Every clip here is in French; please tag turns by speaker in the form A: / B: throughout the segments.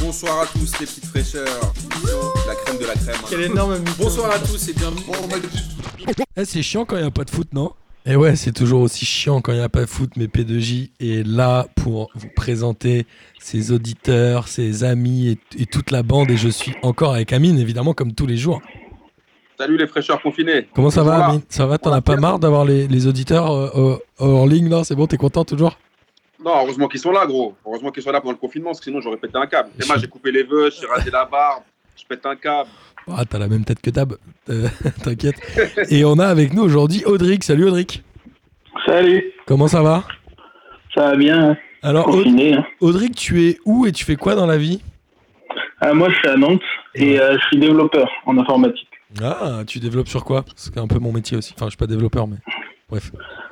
A: Bonsoir à tous les petites fraîcheurs. La crème de la crème. hein.
B: Quelle énorme
A: Bonsoir à tous et bienvenue.
C: Eh, c'est chiant quand il n'y a pas de foot, non Et Eh ouais, c'est toujours aussi chiant quand il n'y a pas de foot, mais P2J est là pour vous présenter ses auditeurs, ses amis et, et toute la bande. Et je suis encore avec Amine, évidemment, comme tous les jours.
A: Salut les fraîcheurs confinés.
C: Comment ça va,
A: Bonsoir.
C: Amine Ça va T'en
A: Bonsoir.
C: as pas marre d'avoir les, les auditeurs euh, euh, hors ligne, là C'est bon, t'es content toujours
A: Non, heureusement qu'ils sont là, gros. Heureusement qu'ils sont là pendant le confinement, parce que sinon j'aurais pété un câble. Et moi, j'ai coupé les vœux, j'ai rasé la barbe, je pète un câble.
C: Ah, t'as la même tête que Tab, euh, t'inquiète. Et on a avec nous aujourd'hui Audric. Salut Audric.
D: Salut,
C: Comment ça va
D: ça va bien, hein,
C: Alors, Aud-
D: confiné. hein.
C: Audric, tu es où et tu fais quoi dans la vie
D: Ah, moi, je suis à Nantes et euh, je suis développeur en informatique.
C: Ah, tu développes sur quoi C'est un peu mon métier aussi. Enfin, je suis pas développeur, mais bref.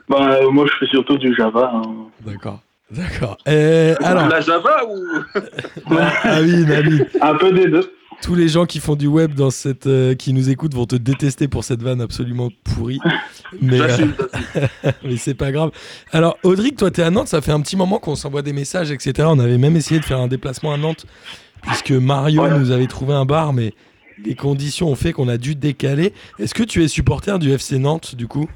D: Bah, euh, moi, je fais surtout du Java. hein.
C: D'accord. D'accord. Euh, alors, Ah
A: La Java ou
C: Amine, Amine,
D: Un peu des deux.
C: tous les gens qui font du web dans cette, euh, qui nous écoutent vont te détester pour cette vanne absolument pourrie. Mais, euh,
A: j'assume. j'assume.
C: mais c'est pas grave. Alors, Audric, toi, t'es à Nantes. Ça fait un petit moment qu'on s'envoie des messages, etc. On avait même essayé de faire un déplacement à Nantes, puisque Mario
D: Ouais.
C: nous avait trouvé un bar, mais les conditions ont fait qu'on a dû décaler. Est-ce que tu es supporter du FC Nantes, du coup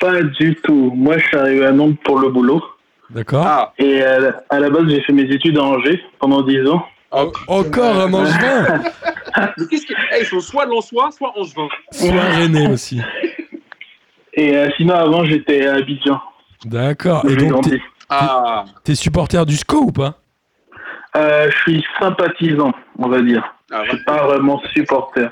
D: Pas du tout. Moi, je suis arrivé à Nantes pour le boulot.
C: D'accord.
A: Ah,
D: Et à la- à la base, j'ai fait mes études à Angers pendant 10 ans.
A: oh,
C: Encore un Angevin
A: mais qu'est-ce qu'ils Eh, ils sont soit Lançois, soit Angevin.
C: Soit René aussi.
D: Et euh, sinon, avant, j'étais à Abidjan.
C: D'accord.
D: où
C: Et
D: j'ai
C: donc,
D: grandi.
C: t'es-
A: Ah,
C: t'es supporter du SCO ou pas
D: Euh, je suis sympathisant, on va dire.
A: ah
D: Je suis pas vraiment supporter.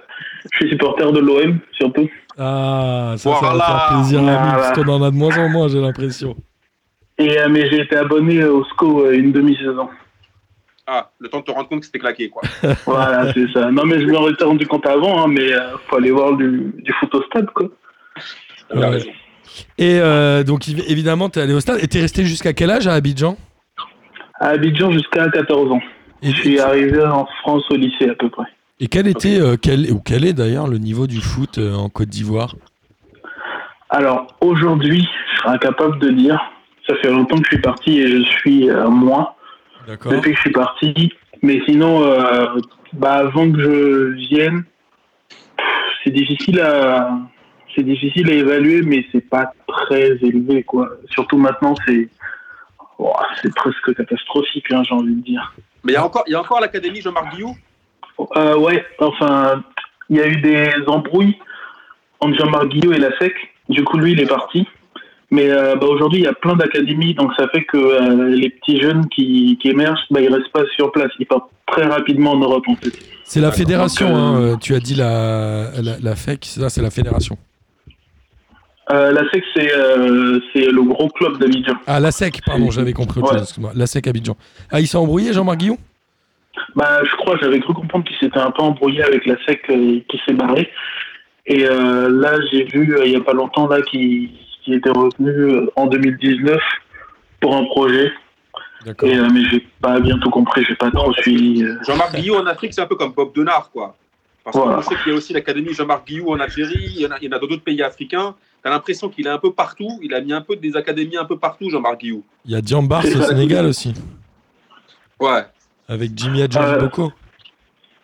D: Je suis supporter de l'OM, surtout.
C: Ah, ça, ça va
A: Voilà.
C: faire plaisir à lui,
D: Voilà.
C: parce qu'on en a de moins en moins, j'ai l'impression.
D: Et, euh, mais j'ai été abonné au SCO euh, une demi-saison.
A: ah, le temps de te rendre compte que c'était claqué, quoi.
D: Voilà, c'est ça. Non, mais je m'en étais rendu compte avant, hein, mais euh, faut aller voir du, du foot au stade, quoi.
A: T'as
C: Ouais.
A: raison.
C: Et euh, donc, évi- évidemment, t'es allé au stade. Et t'es resté jusqu'à quel âge à Abidjan
D: À Abidjan jusqu'à 14 ans.
C: et,
D: Je suis arrivé en France au lycée, à peu près.
C: et quel était, euh, quel, ou quel est d'ailleurs le niveau du foot euh, en Côte d'Ivoire
D: Alors, aujourd'hui, je serais incapable de dire. Ça fait longtemps que je suis parti et je suis euh, moins
C: D'accord.
D: depuis que je suis parti. Mais sinon, euh, bah, avant que je vienne, pff, c'est difficile à. C'est difficile à évaluer, mais c'est pas très élevé, quoi. Surtout maintenant, c'est, Ouah, c'est presque catastrophique, hein, j'ai envie de dire.
A: Mais il y a encore, il y a encore l'académie Jean-Marc Guillou.
D: Euh, ouais, enfin, il y a eu des embrouilles entre Jean-Marc Guillot et la SEC. Du coup, lui, il est parti. Mais euh, bah, aujourd'hui, il y a plein d'académies, donc ça fait que euh, les petits jeunes qui, qui émergent, bah, ils restent pas sur place. Ils partent très rapidement en Europe, en fait.
C: C'est la
A: D'accord.
C: fédération,
D: Donc, euh,
C: hein, euh, tu as dit la, la, la FEC, c'est ça, c'est la fédération.
D: Euh, la SEC, c'est euh, c'est le gros club d'Abidjan.
C: Ah, la SEC, pardon, j'avais compris autre
D: Ouais.
C: chose, excuse-moi. La SEC Abidjan. Ah, il s'est embrouillé, Jean-Marc Guillon
D: Bah, je crois, j'avais cru comprendre qu'il s'était un peu embrouillé avec la SEC euh, qui s'est barré. Et euh, là, j'ai vu euh, il y a pas longtemps là qu'il qu'il était revenu euh, en 2019 pour un projet.
C: D'accord.
D: Et, euh, mais j'ai pas bien tout compris, j'ai pas trop suivi. euh.
A: Jean-Marc Guillou en Afrique, c'est un peu comme Bob Denard, quoi. Parce que
D: Voilà.
A: je sais qu'il y a aussi l'académie Jean-Marc Guillou en Algérie, il y en a, il y en a dans d'autres pays africains. T'as l'impression qu'il est un peu partout, il a mis un peu des académies un peu partout, Jean-Marc Guillou.
C: Il y a Diambars
D: C'est
C: au
D: ça.
C: Sénégal aussi,
A: Ouais.
C: avec Jimmy Adjani
D: Euh,
C: Boko.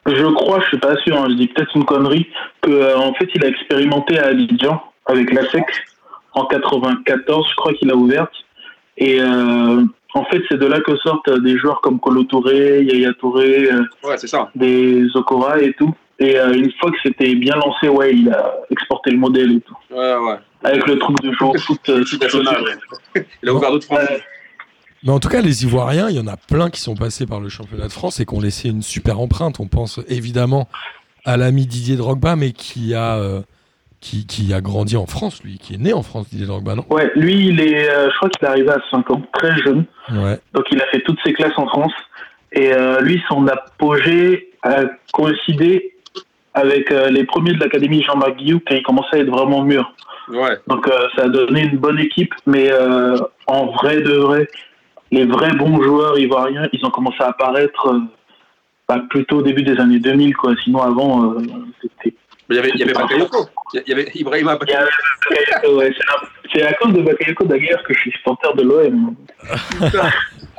D: Je crois, je suis pas sûr, hein, je dis peut-être une connerie, que euh, en fait il a expérimenté à Abidjan avec la SEC en 94, je crois qu'il a ouverte. Et euh, en fait c'est de là que sortent euh, des joueurs comme Colo Touré, Yaya Touré, euh,
A: Ouais, c'est ça.
D: des Okora et tout. Et euh, une fois que c'était bien lancé, ouais, il a exporté le modèle et tout.
A: Ouais, ouais.
D: Avec le truc de jouer au foot. euh,
A: Multinational, ouais. Il a ouvert d'autres franchises.
C: Mais en tout cas, les Ivoiriens, il y en a plein qui sont passés par le championnat de France et qui ont laissé une super empreinte. On pense évidemment à l'ami Didier Drogba, mais qui a, euh, qui, qui a grandi en France, lui, qui est né en France, Didier Drogba, non
D: Ouais, lui, il est, euh, je crois qu'il est arrivé à 5 ans, très jeune.
C: Ouais.
D: Donc il a fait toutes ses classes en France. Et euh, lui, son apogée a coïncidé avec euh, les premiers de l'Académie Jean-Marc Guillou quand il commençait à être vraiment mûr.
A: Ouais.
D: Donc euh, ça a donné une bonne équipe, mais euh, en vrai de vrai, les vrais bons joueurs ivoiriens, ils ont commencé à apparaître euh, bah, plutôt au début des années 2000. Quoi. Sinon avant, euh, c'était
A: Mais il y avait, il y avait Bakayoko. Il y avait Ibrahima
D: Il y
A: Bakayoko.
D: a- ouais, c'est à- C'est à cause de Bakayoko d'ailleurs que je suis supporter de l'OM.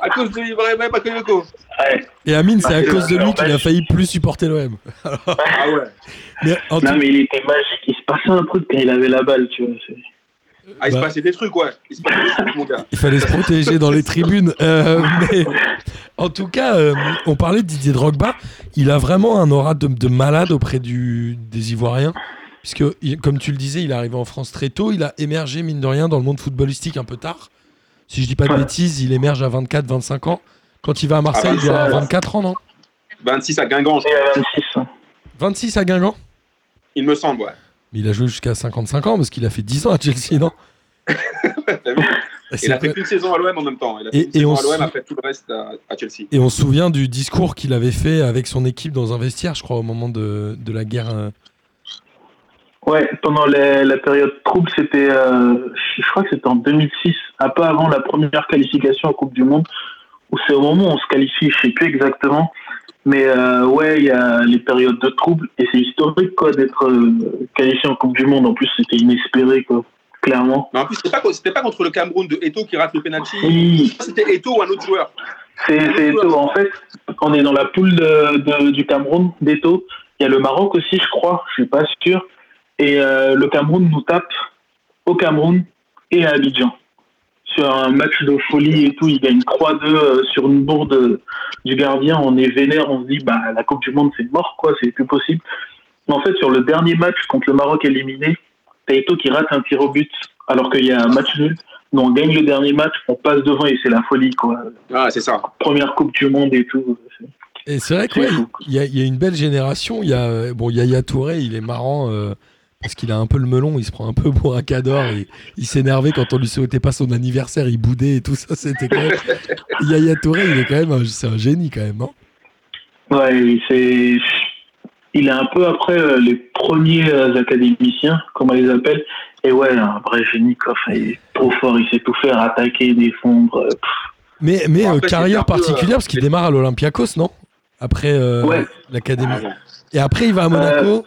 A: À cause de Ibrahima Bakayoko.
D: Ouais.
C: Et Amine, c'est à
D: Ah,
C: cause de lui
D: alors,
C: qu'il a
D: bah,
C: failli plus supporter l'OM.
A: Ah ouais.
C: Mais en tout-
D: Non mais il était magique, il se passait un truc quand il avait la balle, tu vois. c'est-
A: Ah, il se
C: Bah.
A: passait des trucs, ouais. Il se passait des trucs, mon gars.
C: Il fallait se protéger dans les tribunes. Euh, mais en tout cas, euh, on parlait de Didier Drogba. Il a vraiment un aura de, de malade auprès du, des Ivoiriens. Puisque, il- comme tu le disais, il est arrivé en France très tôt. Il a émergé, mine de rien, dans le monde footballistique un peu tard. Si je dis pas de
D: Ouais.
C: bêtises, il émerge à 24-25 ans. Quand il va à Marseille, il
A: Ah,
C: doit avoir 24 ans, non
A: 26 à Guingamp, je-
D: Il avait 26 ans.
C: 26 à Guingamp
A: il me semble, ouais.
C: Mais il a joué jusqu'à 55 ans parce qu'il a fait 10 ans à Chelsea, non
A: T'as vu
C: C'est
A: Il a
C: pas-
A: fait qu'une saison à l'OM en même temps. Il a fait
C: Et-
A: une
C: et
A: saison
C: on
A: à l'OM,
C: se-
A: après tout le reste à, à Chelsea.
C: Et on se souvient du discours qu'il avait fait avec son équipe dans un vestiaire, je crois, au moment de, de la guerre. euh,
D: Ouais, pendant les- la période trouble, c'était, euh, je crois que c'était en 2006, un peu avant la première qualification en Coupe du Monde, où c'est au moment où on se qualifie, je sais plus exactement, mais euh, ouais, il y a les périodes de trouble et c'est historique quoi d'être euh, qualifié en Coupe du Monde. En plus, c'était inespéré quoi, clairement.
A: Mais en plus, c'était pas, co- c'était pas contre le Cameroun de Eto qui rate le penalty.
D: Oui,
A: C'était Eto ou un autre joueur.
D: C'est c'est Eto. En fait, on est dans la poule de- de- du Cameroun, d'Eto. Il y a le Maroc aussi, je crois. Je suis pas sûr. Et euh, le Cameroun nous tape au Cameroun et à Abidjan. Sur un match de folie et tout, il gagne 3-2 euh, sur une bourde euh, du gardien. On est vénère, on se dit, bah, la Coupe du Monde, c'est mort, quoi, c'est plus possible. Mais en fait, sur le dernier match contre le Maroc éliminé, t'as Eto qui rate un tir au but, alors qu'il y a un match nul. Nous, on gagne le dernier match, on passe devant et c'est la folie, quoi
A: Ah, c'est ça.
D: première Coupe du Monde et tout. C'est-
C: Et c'est vrai que,
D: C'est
C: ouais,
D: fou.
C: il y, a- il y a une belle génération. Il y a euh, bon, Yaya Touré, il est marrant euh, parce qu'il a un peu le melon. Il se prend un peu pour un cador. Et, il s'énervait quand on lui souhaitait pas son anniversaire. Il boudait et tout ça. C'était quand même... Yaya Touré, il est quand même, un- c'est un génie quand même, hein. non
D: Ouais, et c'est. Il est un peu après euh, les premiers euh, académiciens, comme on les appelle. Et ouais, un vrai génie, quoi. Enfin, il est trop fort, il sait tout faire, attaquer, défendre. euh, pff.
C: Mais, mais
A: Bon,
C: euh,
A: après,
C: carrière
A: c'était un peu, euh,
C: particulière parce qu'il démarre à l'Olympiakos, non Après euh,
D: Ouais.
C: l'académie. Et après, il
A: Euh,
C: va à Monaco.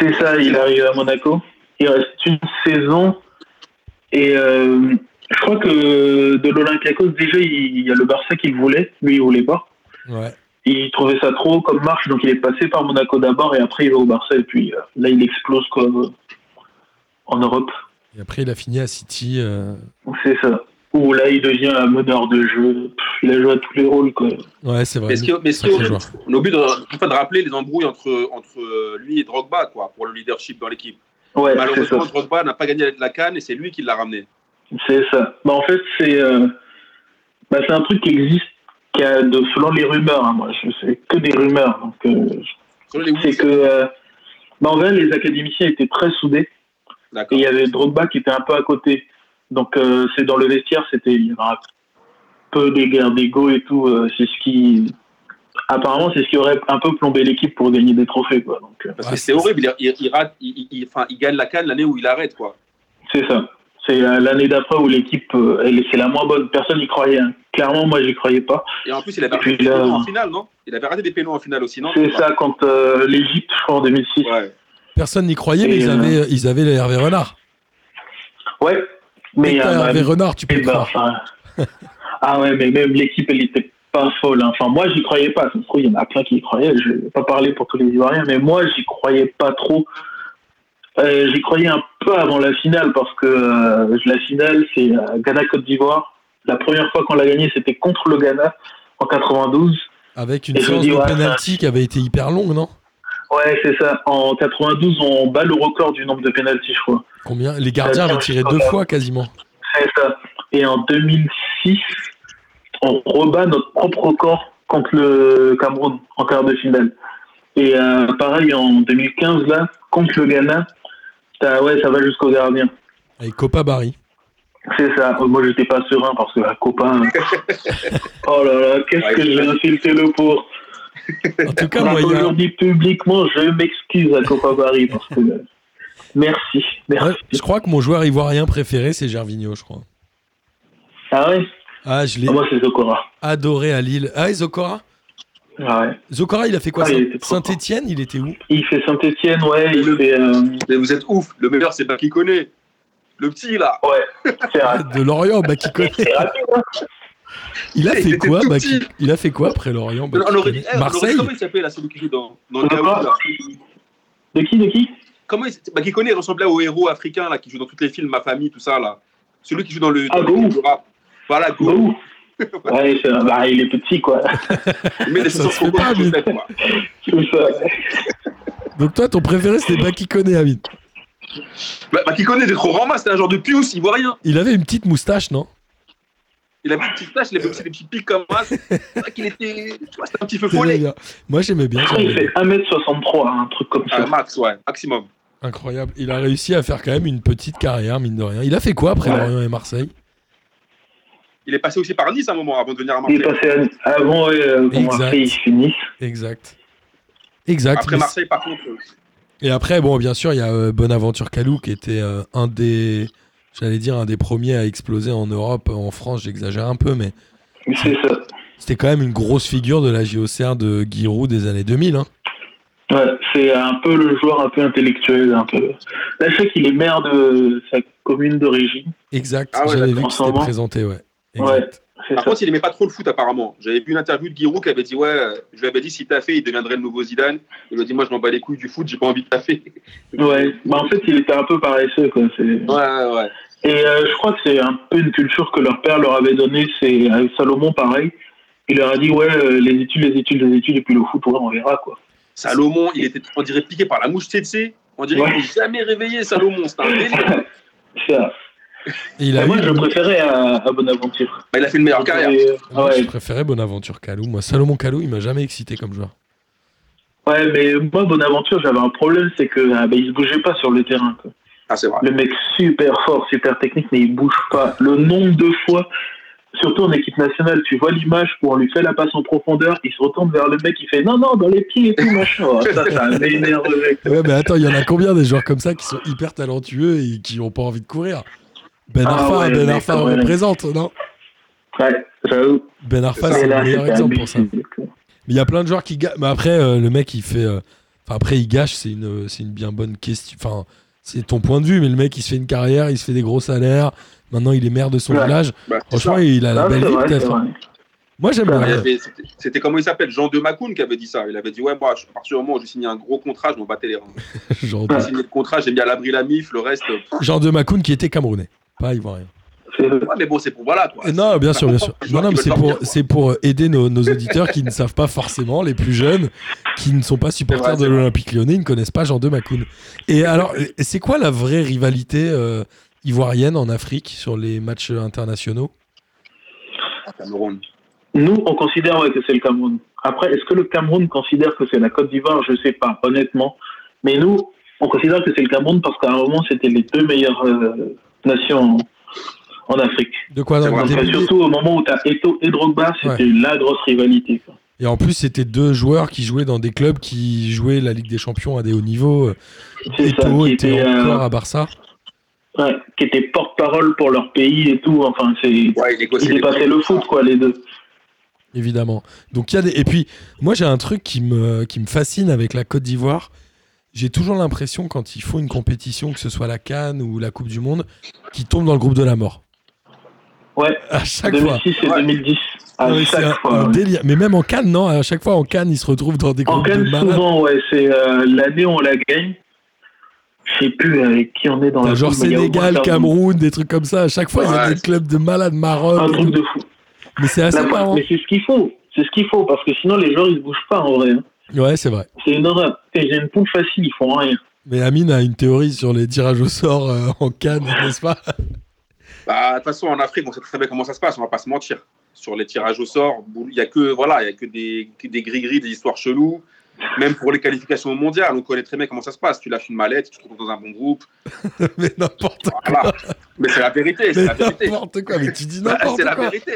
D: C'est ça, il arrive à Monaco. Il reste une saison. Et euh, je crois que de l'Olympiakos, déjà, il il y a le Barça qu'il voulait. Lui, il voulait pas.
C: Ouais.
D: Il trouvait ça trop haut comme marche, donc il est passé par Monaco d'abord et après il va au Barça et puis euh, là il explose quoi euh, en Europe.
C: Et après, il a fini à City. euh,
D: Donc, C'est ça. Où là il devient un meneur de jeu. Pff, il a joué à tous les rôles quoi.
C: Ouais, c'est vrai.
A: Mais ce qui- mais ce qui-
C: Sacré joueur.
A: on oublie de, enfin, de rappeler les embrouilles entre, entre euh, lui et Drogba, quoi, pour le leadership dans l'équipe.
D: Ouais, c'est ça.
A: Malheureusement, Drogba n'a pas gagné la canne et c'est lui qui l'a ramené.
D: C'est ça. Bah, en fait, c'est euh, bah, c'est un truc qui existe, qui a de, selon les rumeurs. hein, moi, je sais que des rumeurs. Donc, euh,
A: Selon les Wolves,
D: c'est que euh, bah, en vrai, les académiciens étaient très soudés. Et
A: D'accord.
D: il y avait Drogba qui était un peu à côté. Donc euh, c'est dans le vestiaire, c'était il y aura peu des guerres d'ego et tout. euh, c'est ce qui apparemment c'est ce qui aurait un peu plombé l'équipe pour gagner des trophées quoi. Donc euh,
A: Parce
C: Ouais,
A: que c'est
C: c'est-
A: horrible. Il, il- il rate, il, il- il- enfin, il gagne la canne l'année où il arrête, quoi.
D: c'est ça. C'est euh, l'année d'après où l'équipe euh, elle c'est la moins bonne. Personne n'y croyait. hein. Clairement moi j'y croyais pas.
A: Et en plus, il avait
D: Et puis
A: raté des
D: là-
A: pénaux en finale, non Il avait raté des pénaux en finale aussi, non
D: C'est ça quand euh, l'Égypte je crois en 2006. Ouais.
A: Ouais.
C: Personne n'y croyait, mais
D: Et,
C: ils
D: euh,
C: avaient, ils avaient les Hervé Renard.
D: Mais
C: Mais
D: euh, bah,
C: Hervé Renard, tu peux
D: Et
C: le
D: bah,
C: croire.
D: enfin, ah ouais, mais même l'équipe, elle était pas folle. hein. Enfin, moi, j'y croyais pas. Ça se trouve, il y en a plein qui y croyaient. Je vais pas parler pour tous les Ivoiriens, mais moi, j'y croyais pas trop. Euh, j'y croyais un peu avant la finale parce que euh, la finale, c'est euh, Ghana-Côte d'Ivoire. La première fois qu'on l'a gagnée, c'était contre le Ghana en 92.
C: Avec une
D: Et je
C: séance
D: dis,
C: de
D: ouais,
C: penalty qui avait été hyper longue, non
D: Ouais, c'est ça. En 92, on bat le record du nombre de pénalties, je crois.
C: Combien Les gardiens
D: Euh,
C: avaient tiré
D: euh,
C: deux fois quasiment.
D: C'est ça. Et en 2006, on rebat notre propre record contre le Cameroun en quart de finale. Et euh, pareil, en 2015, là, contre le Ghana, ça- ouais, ça va jusqu'au gardien.
C: Avec Copa Barry.
D: C'est ça. Euh, Moi, j'étais pas serein parce que la copain. oh là là, qu'est-ce
A: Ouais,
D: que j'ai insulté le pour.
C: En tout cas,
D: Donc,
C: moi, il y a-
D: Aujourd'hui, publiquement, je m'excuse à Copa Paris parce que. euh, Merci,
C: Ouais,
D: merci.
C: je crois que mon joueur ivoirien préféré, c'est Gervinho, je crois.
D: Ah ouais
C: Ah, je l'ai
D: Ah, Moi, c'est Zokora.
C: adoré à Lille. Ah, Isokora
D: Ouais.
C: Zokora, il a fait quoi
D: Ah, il était trop
C: Saint-Etienne, il était où
D: Il fait Saint-Etienne, ouais, il fait. euh,
A: Mais vous êtes ouf. Le meilleur, c'est pas qui connaît. Le petit, là.
D: ouais, c'est ra-
C: De Lorient, bah qui connaît.
D: c'est rapide. hein.
C: Il a
A: Il
C: fait
A: était
C: quoi
A: tout
C: bah,
A: petit.
C: qui- Il a fait quoi après Lorient bah,
A: On
C: qui
A: aurait dit, eh,
C: connaît
A: on aurait dit
C: Marseille
A: comment il s'appelait, là, celui qui joue dans, dans le
D: Encore,
A: Gaou, là.
D: c'est- De qui, de qui
A: Comment il s'appelait bah, qui connaît, il ressemblait au héros africain, là, qui joue dans tous les films, Ma Famille, tout ça, là. Celui qui joue dans le.
D: Ah,
A: dans le-
D: Gaou.
A: du rap. Voilà, Go.
D: Goût. Ouais, c'est- bah, il est petit, quoi.
A: Il met des
C: Ça se fait
A: chaussettes
C: pas, mais-
A: chaussettes, quoi.
D: C'est ça.
C: Donc toi, ton préféré, c'était bah qui connaît, Amine.
A: Bah, bah, qui connaît, des trop ramas, c'était un genre de pius, il voit rien.
C: Il avait une petite moustache, non
A: Il avait une petite tache, il avait aussi des petits pics comme ça. C'est vrai qu'il était. Tu vois, c'était un petit feu
C: J'aimais
A: follet.
C: bien. Moi, j'aimais bien.
D: Après, Ah, il
C: j'aimais bien.
D: fait 1m63, hein, un truc comme ça.
A: Ah, max, ouais, maximum.
C: Incroyable. Il a réussi à faire quand même une petite carrière, mine de rien. Il a fait quoi après
D: Ouais.
C: Lorient et Marseille
A: Il est passé aussi par Nice à un moment avant de venir à
D: Il est
A: Marseille.
D: passé à- avant, ouais, euh, bon,
C: Exact.
D: après, il finit.
C: Exact. Exact.
A: Après
C: mais-
A: Marseille, par contre, euh,
C: Et après, bon, bien sûr, il y a euh, Bonaventure Calou qui était euh, un des, j'allais dire, un des premiers à exploser en Europe, en France, j'exagère un peu, mais
D: C'est ça.
C: c'était quand même une grosse figure de la JOCR de Giroud des années 2000. hein.
D: Ouais, c'est un peu le joueur un peu intellectuel. Un peu. Là, je sais qu'il est maire de sa commune d'origine.
C: Exact.
A: Ah ouais,
C: J'avais vu
D: d'accord.
C: que c'était
D: Sûrement.
C: présenté, ouais.
D: Ah, Ouais.
C: Exact.
D: C'est
A: par
D: ça.
A: contre, il aimait pas trop le foot apparemment. J'avais vu une interview de Giroud qui avait dit ouais, euh, je lui avais dit si t'as fait, il deviendrait le nouveau Zidane. Il lui a dit moi je m'en bats les couilles du foot, j'ai pas envie de taffer.
D: Ouais. Bah, en fait, il était un peu paresseux. Quoi. C'est-
A: Ouais, ouais, ouais.
D: Et euh, je crois que c'est un peu une culture que leur père leur avait donnée. C'est avec Salomon, pareil. Il leur a dit Ouais, euh, les études, les études, les études, et puis le foot, ouais, on verra. quoi.
A: Salomon, il était, on dirait piqué par la mouche Tsetse. On dirait
D: Ouais.
A: qu'il n'est jamais réveillé, Salomon. C'était un délire.
D: C'est ça.
C: Et il
D: Bah,
C: a
D: moi,
C: eu-
D: je le préférais à, à Bonaventure.
A: Bah, il a fait une meilleure carrière.
D: Et, euh,
C: Moi,
D: ouais.
C: Je préférais Bonaventure Calou. Moi, Salomon Calou, il m'a jamais excité comme joueur.
D: ouais, mais moi, Bonaventure, j'avais un problème c'est que ah, bah, il se bougeait pas sur le terrain. Quoi.
A: Ah, c'est vrai.
D: Le mec super fort, super technique, mais il bouge pas. Le nombre de fois, surtout en équipe nationale, tu vois l'image où on lui fait la passe en profondeur, il se retourne vers le mec, il fait non, non, dans les pieds et tout, machin. Oh, ça, ça m'énerve. mec.
C: Ouais, mais attends, il y en a combien des joueurs comme ça qui sont hyper talentueux et qui ont pas envie de courir Ben
D: Ah
C: Arfa,
D: ouais,
C: Ben
D: mais
C: Arfa
D: quand même.
C: représente, non
D: Ouais, j'avoue.
C: Ben Arfa,
A: ça.
C: c'est
D: Mais
C: le
D: là,
C: meilleur
D: c'était
C: exemple pour ça.
D: abusé.
C: Mais il y a plein de joueurs qui gâchent. Mais après, euh, le mec, il fait. euh, Enfin, après, il gâche, c'est une, euh, c'est une bien bonne question. Enfin, c'est ton point de vue, mais le mec, il se fait une carrière, il se fait des gros salaires. Maintenant, il est maire de son
D: Ouais.
C: village.
A: Bah, c'est
C: Franchement,
A: ça.
C: il a la
D: Ah, c'est
C: belle vie,
D: vrai, c'est
C: peut-être. hein.
D: vrai.
C: Moi, j'aime
D: Ouais,
A: Il y
C: bien.
A: avait- c'était- C'était comment il s'appelle Jean de Macoun qui avait dit ça. Il avait dit ouais, moi, je- à partir du moment où j'ai signé un gros contrat, je m'en battais les reins.
C: Genre,
A: J'ai
D: Ouais.
A: signé le contrat, j'ai mis à l'abri la MIF, le reste. euh,
C: genre de Macoun qui était camerounais, pas ivoirien.
D: C'est vrai.
A: Ouais, mais bon, c'est pour voilà. Quoi.
C: Et Euh, non, bien sûr, bien sûr.
A: Les
C: Non,
A: joueurs
C: non, mais
A: qui
C: c'est
A: veulent
C: pour,
A: sortir, quoi.
C: c'est pour euh, aider nos, nos auditeurs qui ne savent pas forcément, les plus jeunes, qui ne sont pas supporters
A: C'est vrai,
C: de
A: c'est vrai.
C: l'Olympique lyonnais, ils ne connaissent pas Jean de Macoun. Et alors, euh, c'est quoi la vraie rivalité euh, ivoirienne en Afrique sur les matchs internationaux
A: Cameroun.
D: Nous, on considère ouais, que c'est le Cameroun. Après, est-ce que le Cameroun considère que c'est la Côte d'Ivoire Je sais pas, honnêtement. Mais nous, on considère que c'est le Cameroun parce qu'à un moment, c'était les deux meilleures euh, nations en Afrique.
C: De quoi
A: C'est
C: dans le
A: vrai.
D: Donc, euh,
C: début
D: surtout au moment où tu as Eto et Drogba, c'était la grosse rivalité. quoi.
C: Et en plus, c'était deux joueurs qui jouaient dans des clubs qui jouaient la Ligue des Champions à des hauts niveaux.
D: C'est ça,
C: Eto'o
D: qui
C: était
D: était, euh,
C: encore à Barça.
D: ouais, qui étaient porte-parole pour leur pays et tout. Enfin, c'est.
A: Ouais, il négocie
D: Ils
A: les
D: dépassaient
A: prix,
D: le
A: tout ça.
D: foot, quoi, les deux.
C: évidemment. Donc il y a des et puis moi j'ai un truc qui me qui me fascine avec la Côte d'Ivoire. J'ai toujours l'impression quand ils font une compétition, que ce soit la Cannes ou la Coupe du Monde, qu'ils tombent dans le groupe de la mort.
D: Ouais,
C: À chaque fois.
D: 2006 et
A: Ouais.
D: 2010. À
C: Non, mais c'est
D: chaque
C: un,
D: fois.
C: un
D: ouais.
C: délire. Mais même en Cannes, non À chaque fois en Cannes, ils se retrouvent dans des
D: En
C: groupes
D: Cannes,
C: de malades.
D: souvent, ouais, c'est euh, l'année où on la gagne. Je sais plus avec qui on est dans
C: T'as
D: la
C: genre
D: coupe, mais il y a au moins
C: Sénégal,
D: Cameroun.
C: Cameroun, des trucs comme ça. À chaque fois, il y a
A: Ouais.
C: des clubs de malades
D: Un
C: Maroc.
D: truc de fou.
C: Mais Ah, c'est assez
D: La-
C: marrant.
D: mais c'est ce qu'il faut. C'est ce qu'il faut, parce que sinon, les joueurs, ils se bougent pas, en vrai. hein.
C: Ouais, c'est vrai.
D: C'est une horreur. Putain, Ils ont une pompe facile, ils font rien.
C: Mais Amine a une théorie sur les tirages au sort euh, en Cannes, n'est-ce pas
A: Bah, de toute façon, en Afrique, on sait très bien comment ça se passe, on va pas se mentir. Sur les tirages au sort, boule- il y a que, voilà, il y a que des, que des gris-gris, des histoires cheloues. Même pour les qualifications mondiales, on connaît très bien comment ça se passe. Tu lâches une mallette, tu te retrouves dans un bon groupe.
C: Mais n'importe
A: Voilà. Mais c'est la vérité, c'est
C: mais
A: la vérité.
C: n'importe quoi. Mais tu dis
A: Bah,
C: n'importe
A: c'est la
C: quoi.
A: vérité.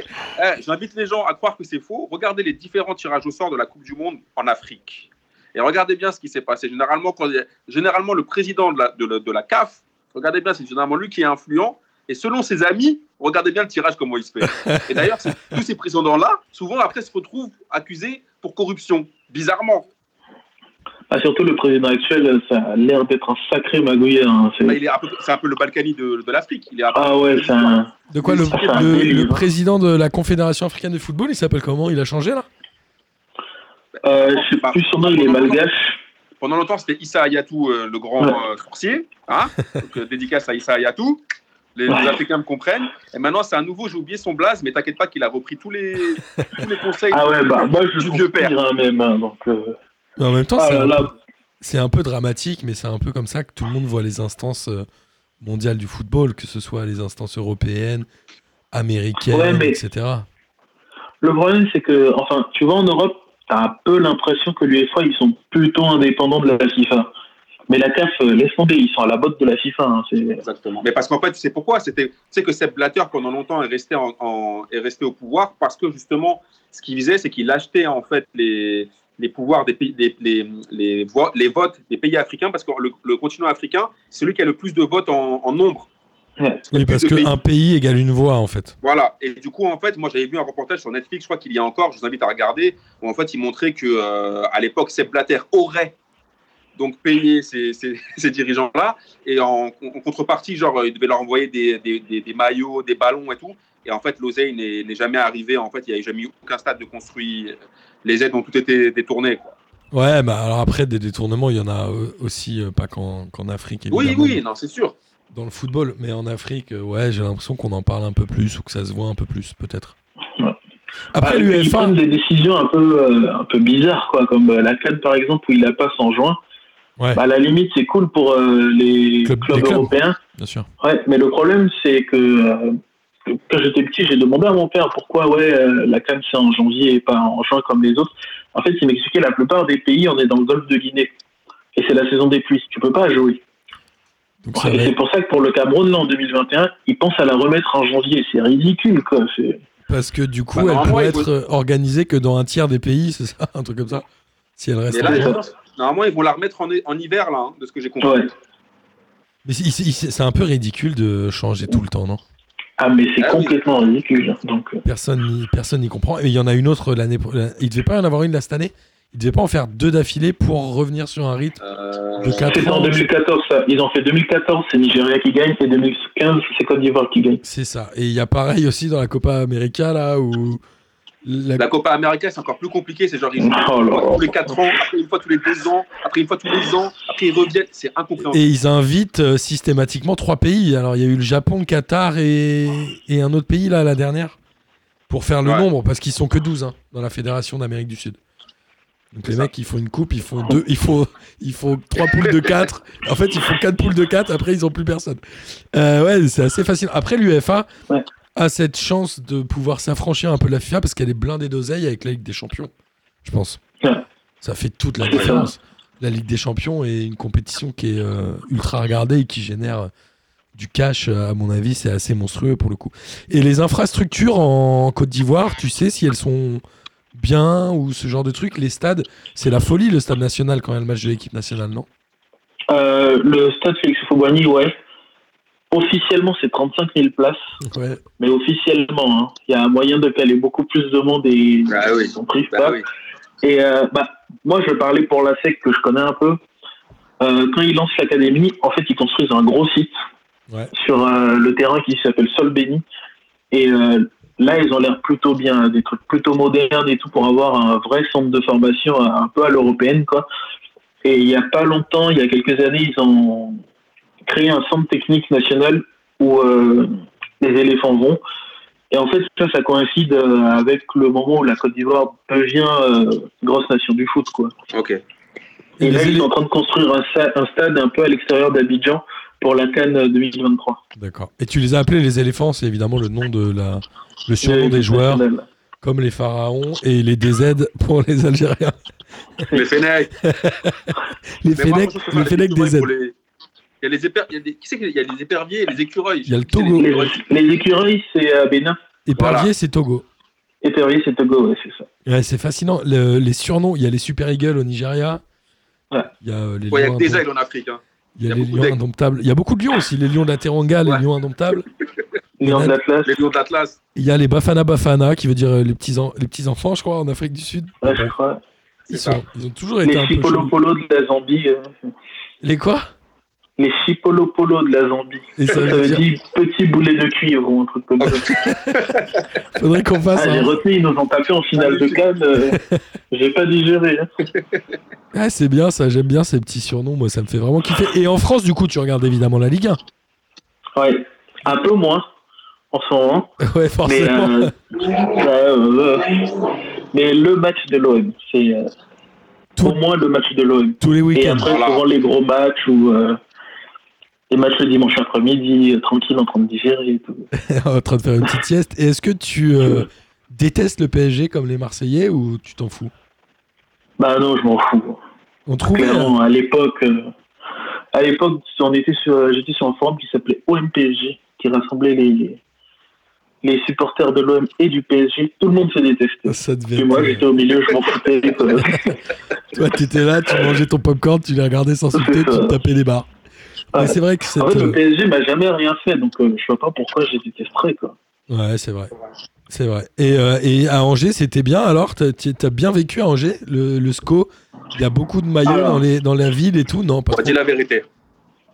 A: Eh, J'invite les gens à croire que c'est faux. Regardez les différents tirages au sort de la Coupe du Monde en Afrique. Et regardez bien ce qui s'est passé. Généralement, quand il y a- généralement le président de la, de la- de la CAF, regardez bien, c'est généralement lui qui est influent. Et selon ses amis, regardez bien le tirage, comment il se fait. Et d'ailleurs, c'est- tous ces présidents-là, souvent après, se retrouvent accusés pour corruption, bizarrement.
D: Ah, surtout le président actuel, ça a l'air d'être un sacré magouilleur. hein, c'est-
A: Bah, il est un peu- C'est un peu le Balkany de, de l'Afrique. Il est un peu-
D: Ah ouais, c'est un...
C: De quoi
D: Oui,
C: le,
D: ça, c'est un
C: le-
D: délire.
C: le président de la Confédération africaine de football, il s'appelle comment Il a changé là
D: euh, je sais plus son nom, il est malgache.
A: Pendant longtemps, c'était Issa Ayatou, euh, le grand
D: Ouais.
A: euh, sorcier. hein. Donc, euh, dédicace à Issa Ayatou. Les, les
D: Ouais.
A: Africains me comprennent. Et maintenant, c'est un nouveau, j'ai oublié son blaze, mais t'inquiète pas qu'il a repris tous les, tous les conseils.
D: Ah ouais, bah moi je
A: Du
D: le
A: vieux
D: trouve pire hein, même. hein, donc, euh,
C: Mais en même temps,
D: Ah
C: c'est
D: là
C: un,
D: là,
C: c'est un peu dramatique, mais c'est un peu comme ça que tout le monde voit les instances euh, mondiales du football, que ce soit les instances européennes, américaines,
D: Ouais, mais-
C: etc.
D: le problème c'est que, enfin, tu vois en Europe, t'as un peu l'impression que l'UEFA ils sont plutôt indépendants de la FIFA. Mais la CAF, euh, laisse tomber, ils sont à la botte de la FIFA. hein, c'est-
C: Bah,
A: Exactement. Mais parce qu'en fait, tu sais pourquoi C'était, tu sais que Sepp Blatter pendant longtemps est resté en, en- est resté au pouvoir parce que justement, ce qu'il faisait, c'est qu'il achetait en fait les les pouvoirs des pays, des- les les, voix- les votes des pays africains parce que le, le continent africain, c'est celui qui a le plus de votes en, en nombre.
D: Ouais.
A: Il y
C: Oui,
A: a plus
C: parce
A: de pays.
C: qu'un pays égale une voix en fait.
A: Voilà. Et du coup, en fait, moi, j'avais vu un reportage sur Netflix, je crois qu'il y a encore, je vous invite à regarder, où en fait, il montrait que euh, à l'époque, Sepp Blatter aurait donc payé ces, ces- ces dirigeants-là, et en, en contrepartie, genre, euh, il devait leur envoyer des, des- des- des maillots, des ballons et tout. Et en fait, l'oseille n'est n'est jamais arrivé. En fait, il n'y a jamais eu aucun stade de construit. Les aides ont toutes été détournées. quoi.
C: Ouais, bah alors après, des détournements, il y en a euh, aussi, euh, pas qu'en qu'en Afrique,
A: Oui,
C: évidemment,
A: oui, non, c'est sûr.
C: dans le football, mais en Afrique, euh, ouais, j'ai l'impression qu'on en parle un peu plus ou que ça se voit un peu plus, peut-être.
D: Ouais.
C: Après
A: Bah,
D: Ah, Ils
C: l'UEFA,
D: prennent des décisions un peu, euh, un peu bizarres, quoi, comme euh, la CAN par exemple, où il la passe en juin.
C: Ouais.
D: Bah, à la limite, c'est cool pour euh, les
C: Club-
D: clubs
C: les clubs.
D: européens.
C: bien sûr.
D: Ouais, mais le problème, c'est que euh, quand j'étais petit, j'ai demandé à mon père pourquoi ouais, euh, la CAN c'est en janvier et pas en juin comme les autres. En fait, il m'expliquait la plupart des pays, on est dans le golfe de Guinée. Et c'est la saison des pluies, tu peux pas jouer.
C: Donc ça
D: Et
C: va
D: c'est pour ça que pour le Cameroun, là, en 2021, ils pensent à la remettre en janvier. C'est ridicule, quoi. C'est-
C: Parce que du coup,
A: Bah,
C: elle
A: normalement,
C: pourrait
A: il
C: être
A: faut-
C: euh, organisée que dans un tiers des pays, c'est ça Un truc comme ça Si elle
A: Mais
C: reste. en
A: là,
D: Ouais.
A: je
C: Europe.
A: pense- normalement, ils vont la remettre en, en hiver, là, hein, de ce que j'ai compris.
D: Ouais.
C: Mais c'est- c'est c'est- c'est un peu ridicule de changer tout le temps, non
D: Ah, mais c'est
A: Ah oui.
D: complètement ridicule. Donc, euh,
C: Personne n'y personne n'y comprend. Et il y en a une autre l'année. pro- la- Il devait pas y en avoir une là cette année Il devait pas en faire deux d'affilée pour revenir sur un rythme
A: Euh,
C: de 4
D: C'était en
C: ans
D: 2014, ça. Ils ont fait 2014, c'est Nigeria qui gagne, et 2015, c'est Côte d'Ivoire qui gagne.
C: C'est ça. Et il y a pareil aussi dans la Copa América, là, où. la-
A: La Copa América, c'est encore plus compliqué. C'est genre, ils jouent
D: Oh là là.
A: tous les 4 ans, après une fois tous les 2 ans, après une fois tous les ans, après ils reviennent. C'est incompréhensible.
C: Et ils invitent euh, systématiquement trois pays. Alors, il y a eu le Japon, le Qatar et, et un autre pays, là, la dernière, pour faire le
A: Ouais.
C: nombre, parce qu'ils sont que 12 hein, dans la Fédération d'Amérique du Sud. Donc,
A: C'est
C: les
A: ça.
C: mecs, ils font une coupe, ils font deux, ils font, ils font trois poules de 4. En fait, ils font quatre poules de 4, après, ils n'ont plus personne. Euh, ouais, c'est assez facile. Après, l'UEFA
D: Ouais.
C: a cette chance de pouvoir s'affranchir un peu de la FIFA parce qu'elle est blindée d'oseille avec la Ligue des Champions, je pense.
D: Ouais.
C: Ça fait toute la
D: C'est ça.
C: différence la Ligue des Champions est une compétition qui est euh, ultra regardée et qui génère euh, du cash, euh, à mon avis, c'est assez monstrueux pour le coup. Et les infrastructures en Côte d'Ivoire, tu sais si elles sont bien ou ce genre de truc, les stades, c'est la folie le stade national quand il y a le match de l'équipe nationale, non
D: Euh, le stade Félix Fouboigny, ouais. Officiellement, c'est 35 000 places,
C: Ouais,
D: mais officiellement, hein, il y a un moyen de caler beaucoup plus de monde et
A: Ah oui.
D: ils s'en privent
A: Bah
D: pas.
A: oui.
D: Et euh, bah, moi, je parlais pour la SEC que je connais un peu. Euh, quand ils lancent l'académie, en fait, ils construisent un gros site
C: Ouais.
D: sur euh, le terrain qui s'appelle Sol Béni. Et euh, là, ils ont l'air plutôt bien, des trucs plutôt modernes et tout pour avoir un vrai centre de formation euh, un peu à l'européenne, quoi. Et il y a pas longtemps, il y a quelques années, ils ont créé un centre technique national où euh, les éléphants vont. Et en fait, ça, ça coïncide euh, avec le moment où la Côte d'Ivoire devient euh, grosse nation du foot, quoi.
A: Ok.
D: Et,
C: Et
D: là,
C: les
D: ils
C: élé-
D: sont en train de construire un, sa- un stade un peu à l'extérieur d'Abidjan pour euh, la Cannes 2023.
C: d'accord. Et tu les as appelés les éléphants, c'est évidemment le nom de la le surnom
D: Euh,
C: des joueurs,
D: national.
C: comme les pharaons et les DZ pour les Algériens.
A: Les Fenech.
C: Les
A: Mais moi, moi,
C: Fenech,
A: je trouve ça,
C: les Fenech
A: écureuils
C: DZ.
A: pour les- Il y a les éper- il y a des- Qui c'est qu'il y a les éperviers et les écureuils
C: Il y a le
A: C'est les
C: Togo.
D: Les,
A: écureuils.
D: les écureuils, c'est euh, Bénin.
C: Et
A: Voilà.
C: Pardier, c'est Togo.
D: Et Perrier, c'est Togo, ouais, c'est ça.
C: Ouais, c'est fascinant. Le- les surnoms, il y a les Super Eagles au Nigeria.
D: Ouais.
C: Il y a euh, les
A: Ouais, Il y a
C: lions,
A: que des
C: indom-
A: aigles en Afrique. hein.
C: il y
A: il
C: a
A: y a
C: les
A: beaucoup
C: lions
A: d'aigles.
C: indomptables. Il y a beaucoup de lions aussi. Les lions de la Teranga, les
A: Ouais.
C: lions indomptables.
D: Lions de l'Atlas.
A: Les Lions de l'Atlas.
C: Il y a les Bafana Bafana, qui veut dire euh, les petits, en- les petits enfants, je crois, en Afrique du Sud.
D: Ouais, je crois.
C: Ils,
A: c'est ça.
C: sont- ils ont toujours été
D: Les
C: un peu. chelous.
D: Chipolopolo de la Zambie. euh,
C: Les quoi
D: Les Chipolopolo de la Zambie.
C: Et ça
D: Ça
C: veut
D: veut
C: dire. Ah,
D: dire petit boulet de cuivre ou un truc comme ça.
C: Faudrait qu'on
D: Ah,
C: fasse.
D: j'ai
C: un-
D: retenu, ils nous ont tapé en finale de Cannes. euh, j'ai pas digéré. hein.
C: Ah, c'est bien ça, j'aime bien ces petits surnoms, moi ça me fait vraiment kiffer. Et en France, du coup, tu regardes évidemment la Ligue 1.
D: Ouais. Un peu moins en ce moment.
C: Ouais,
D: Mais,
C: forcément.
D: euh, bah, euh, mais le match de l'OM, c'est euh,
C: Tout-
D: au moins le match de l'OM.
C: Tous les
D: Et
C: week-ends.
D: après,
A: Voilà.
D: souvent les gros matchs ou euh, les matchs le dimanche après-midi, euh, tranquille, en train de digérer et tout.
C: en train de faire une petite sieste. Et est-ce que tu euh, détestes le PSG comme les Marseillais ou tu t'en fous
D: Bah non, je m'en fous.
C: On trouvait, un-
D: Clairement, à l'époque, euh, à l'époque, on était sur, euh, j'étais sur un forum qui s'appelait OMPSG, qui rassemblait les les supporters de l'OM et du PSG. Tout le monde se détestait.
C: hein. Ah, ça devait
D: Et moi,
C: être...
D: j'étais au milieu, je m'en foutais. quoi.
C: Toi, t'étais là, tu mangeais ton popcorn, tu les regardais s'insulter, tu
D: C'est ça.
C: te tapais des barres.
D: Ouais.
C: Mais c'est vrai que cette...
D: En fait, le
C: euh,
D: PSG m'a jamais rien fait, donc euh, je vois pas pourquoi j'ai détesté. Quoi.
C: Ouais, c'est vrai. C'est vrai. Et, euh, et à Angers, c'était bien alors T'as t'y- t'as bien vécu à Angers, le, le SCO Il y a beaucoup de maillots
D: Alors.
C: dans, les, dans la ville et tout Non, pas
A: On va
C: trop.
A: dire la vérité.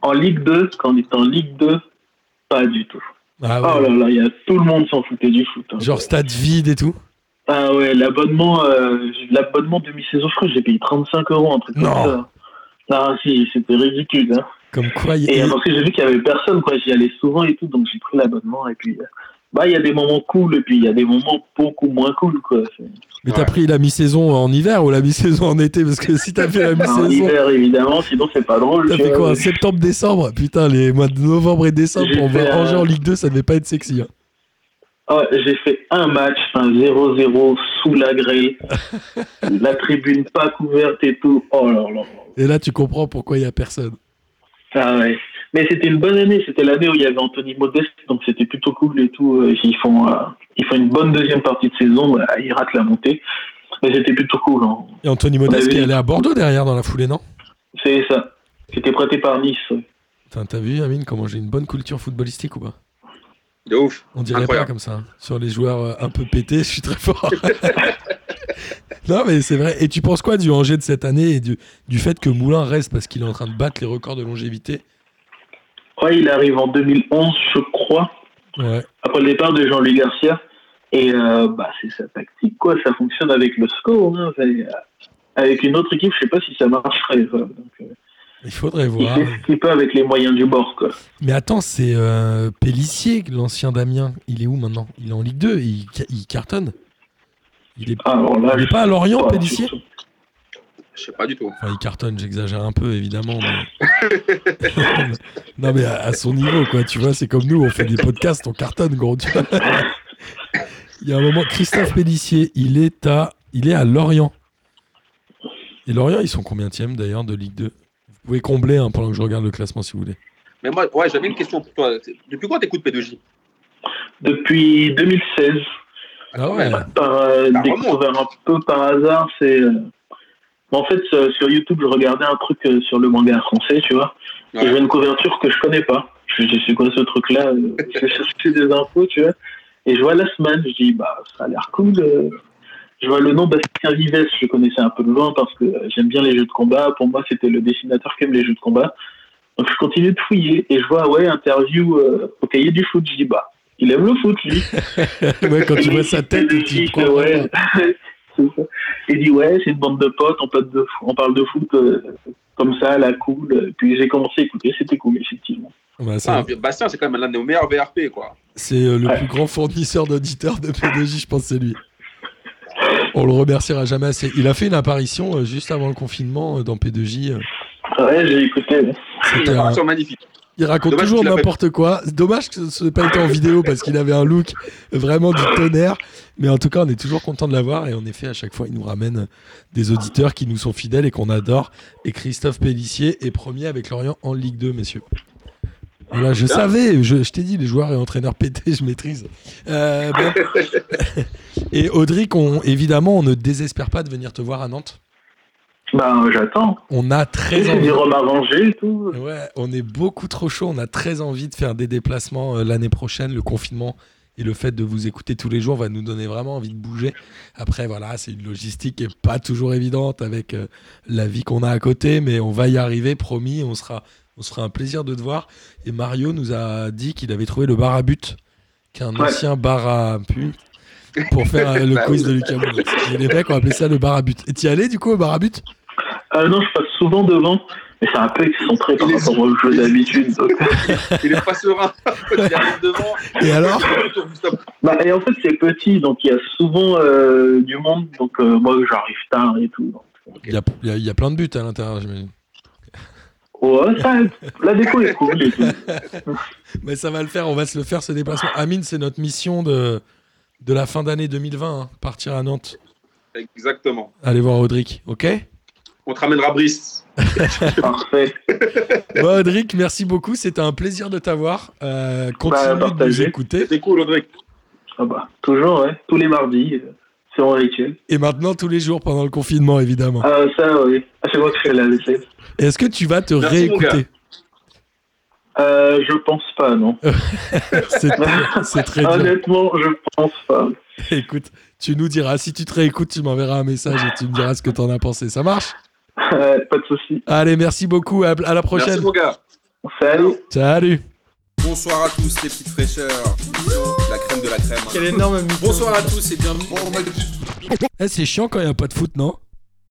D: En Ligue 2, quand on était en Ligue 2, pas du tout.
C: Ah
D: Oh
C: ouais.
D: là là, il y a tout le monde s'en foutait du foot. hein.
C: Genre stade vide et tout
D: Ah ouais, l'abonnement, euh, l'abonnement demi-saison, je crois que j'ai payé 35 euros, un truc
C: Non.
D: comme ça. Ah si, c'était ridicule. Hein.
C: Comme quoi, il y
D: Et
C: a...
D: parce que j'ai vu qu'il y avait personne, quoi. J'y allais souvent et tout, donc j'ai pris l'abonnement. Et puis, euh, bah, il y a des moments cool, et puis il y a des moments beaucoup moins cool, quoi. C'est-
C: Mais t'as
A: Ouais.
C: pris la mi-saison en hiver ou la mi-saison en été Parce que si t'as fait la
D: En
C: mi-saison,
D: hiver, évidemment, sinon c'est pas drôle.
C: t'as
D: tu
C: fait
D: vois.
C: quoi en Septembre-décembre Putain, les mois de novembre et décembre,
D: J'ai
C: on
D: fait,
C: va
D: euh,
C: Angers en Ligue 2, ça devait pas être sexy. hein.
D: Ah, j'ai fait un match, un 0-0 sous la grille, la tribune pas couverte et tout. Oh là là.
C: Et là, tu comprends pourquoi il y a personne.
D: Ah ouais. Mais c'était une bonne année, c'était l'année où il y avait Anthony Modeste, donc c'était plutôt cool et tout. Euh, Ils font, euh, ils font une bonne deuxième partie de saison, Voilà, ils ratent la montée. Mais c'était plutôt cool. hein.
C: Et Anthony Modeste
D: Ouais,
C: qui
D: oui.
C: allait à Bordeaux derrière dans la foulée, non
D: C'est ça. C'était prêté par Nice.
C: Putain, T'as vu, Amine, comment j'ai une bonne culture footballistique ou pas
A: De ouf.
C: On dirait
A: Incroyable.
C: pas comme ça. hein. Sur les joueurs euh, un peu pétés, je suis très fort. non, mais c'est vrai. Et tu penses quoi du Angers de cette année et du, du fait que Moulin reste parce qu'il est en train de battre les records de longévité
D: Ouais, il arrive en 2011, je crois,
C: Ouais.
D: après le départ de Jean-Louis Garcia. Et euh, bah, c'est sa tactique, quoi. Ça fonctionne avec le score. hein. C'est, euh, Avec une autre équipe, je sais pas si ça marcherait. quoi. Donc, euh,
C: Il faudrait
D: il
C: voir.
D: fait ce qu'il peut avec les moyens du bord, quoi.
C: Mais attends, c'est euh, Pélissier, l'ancien Damien. Il est où maintenant Il est en Ligue 2, il, ca- il cartonne. Il est,
D: Alors là,
C: il est
D: je
C: pas à
D: sais
C: Lorient,
D: pas,
C: Pélissier
D: surtout.
A: Je sais pas du tout.
C: Enfin, il cartonne, j'exagère un peu, évidemment. mais- non, mais à, à son niveau, quoi. Tu vois, c'est comme nous, on fait des podcasts, on cartonne, gros. tu vois. il y a un moment, Christophe Pélissier, il est à, il est à Lorient. Et Lorient, ils sont combien d'ailleurs de Ligue 2 Vous pouvez combler hein, pendant que je regarde le classement si vous voulez.
A: Mais moi, ouais, j'avais une question pour toi. Depuis quand t'écoutes P2J
D: Depuis 2016,
C: Ah ouais,
D: par euh,
A: Ça
D: découvert un peu par hasard, c'est. euh, En fait, euh, sur YouTube, je regardais un truc euh, sur le manga français, tu vois.
A: Ouais.
D: Et je vois une couverture que je connais pas. Je me dis, c'est quoi ce truc-là euh, Je vais chercher des infos, tu vois. Et je vois la semaine, je dis, bah, ça a l'air cool. euh. Je vois le nom Bastien Vives, je le connaissais un peu de loin parce que euh, j'aime bien les jeux de combat. Pour moi, c'était le dessinateur qui aime les jeux de combat. Donc, je continue de fouiller et je vois, ouais, interview euh, au cahier du foot. Je dis, bah, il aime le foot, lui.
C: Ouais, quand tu vois sa tête,
D: Et
C: tu
D: il
C: te prends-
D: dit, ouais. C'est ça. Il dit ouais, c'est une bande de potes, on parle de, on parle de foot euh, comme ça, à la cool. Puis j'ai commencé à écouter, c'était cool, effectivement.
C: Ouais, c'est-
A: Ah, Bastien, c'est quand même l'un des meilleurs VRP, quoi.
C: C'est euh, le
D: Ah. Ouais.
C: plus grand fournisseur d'auditeurs de PDJ, je pense, c'est lui. On le remerciera jamais assez. Il a fait une apparition euh, juste avant le confinement euh, dans P2J. euh,
D: Ah, Ouais, j'ai écouté.
A: Une
C: c'était un-
A: apparition magnifique.
C: Il raconte
A: Dommage
C: toujours
A: qu'il l'a pas-
C: n'importe quoi. C'est Dommage que ce n'ait pas été en vidéo parce qu'il avait un look vraiment du tonnerre. Mais en tout cas, on est toujours content de l'avoir. Et en effet, à chaque fois, il nous ramène des auditeurs qui nous sont fidèles et qu'on adore. Et Christophe Pellissier est premier avec Lorient en Ligue 2, messieurs. Voilà, je savais, je, je t'ai dit, les joueurs et entraîneurs pétés, je maîtrise. Euh, bon. Et Audric, on, évidemment, on ne désespère pas de venir te voir à Nantes.
D: Ben, j'attends.
C: On a très
D: J'ai
C: envie.
D: des robes à ranger et tout.
C: Ouais, on est beaucoup trop chaud. On a très envie de faire des déplacements euh, l'année prochaine. Le confinement et le fait de vous écouter tous les jours va nous donner vraiment envie de bouger. Après, voilà, c'est une logistique qui n'est pas toujours évidente avec euh, la vie qu'on a à côté, mais on va y arriver, promis. On sera, on sera un plaisir de te voir. Et Mario nous a dit qu'il avait trouvé le bar à but, qui est un
D: Ouais.
C: ancien bar à pute pour faire euh, le
A: Bah
C: quiz
A: oui.
C: de Lucas Moulin. Il y a des mecs qui ont appelé ça le bar à but. Et t'y allais du coup au bar à but
D: Ah non, je passe souvent devant, mais c'est un peu excentré par
A: Il est-
D: rapport au jeu d'habitude. donc.
A: Il est pas serein. il arrive devant.
C: Et alors
A: il tourne juste après.
D: Bah, et en fait, c'est petit, donc il y a souvent euh, du monde, donc euh, moi j'arrive tard et tout.
C: Il y a- il y, a- il y a plein de buts à l'intérieur, j'imagine.
D: Ouais, ça, la déco est cool et tout.
C: Mais ça va le faire, on va se le faire ce déplacement. Amine, c'est notre mission de, de la fin d'année 2020, hein, partir à Nantes,
A: Exactement.
C: aller voir Audric, ok
A: On te ramènera Brice.
D: Parfait.
C: Ouais, Audric, merci beaucoup, c'était un plaisir de t'avoir. Euh,
A: Bah,
C: continue de nous
D: partagez.
C: écouter.
A: C'était cool, Audrey.
D: Ah bah, toujours, ouais. Tous les mardis, euh, c'est mon rituel.
C: Et maintenant, tous les jours pendant le confinement, évidemment.
D: Ah, ça, oui. À chaque fois que je fais la vaisselle.
C: Est-ce que tu vas te
A: Merci, mon
C: réécouter
D: Euh, je pense pas, non.
C: C'est c'est très bien.
D: Honnêtement, je pense pas.
C: Écoute, tu nous diras. Si tu te réécoutes, tu m'enverras un message et tu me diras ce que t'en as pensé. Ça marche
D: Ouais, pas de souci.
C: Allez, merci beaucoup. À, à la prochaine.
A: Merci, mon gars.
D: Salut.
C: Salut.
B: Bonsoir à tous les petites fraîcheurs. La crème de la crème. hein.
C: énorme
B: Bonsoir à tous et bienvenue.
C: Eh, c'est chiant quand il n'y a pas de foot, non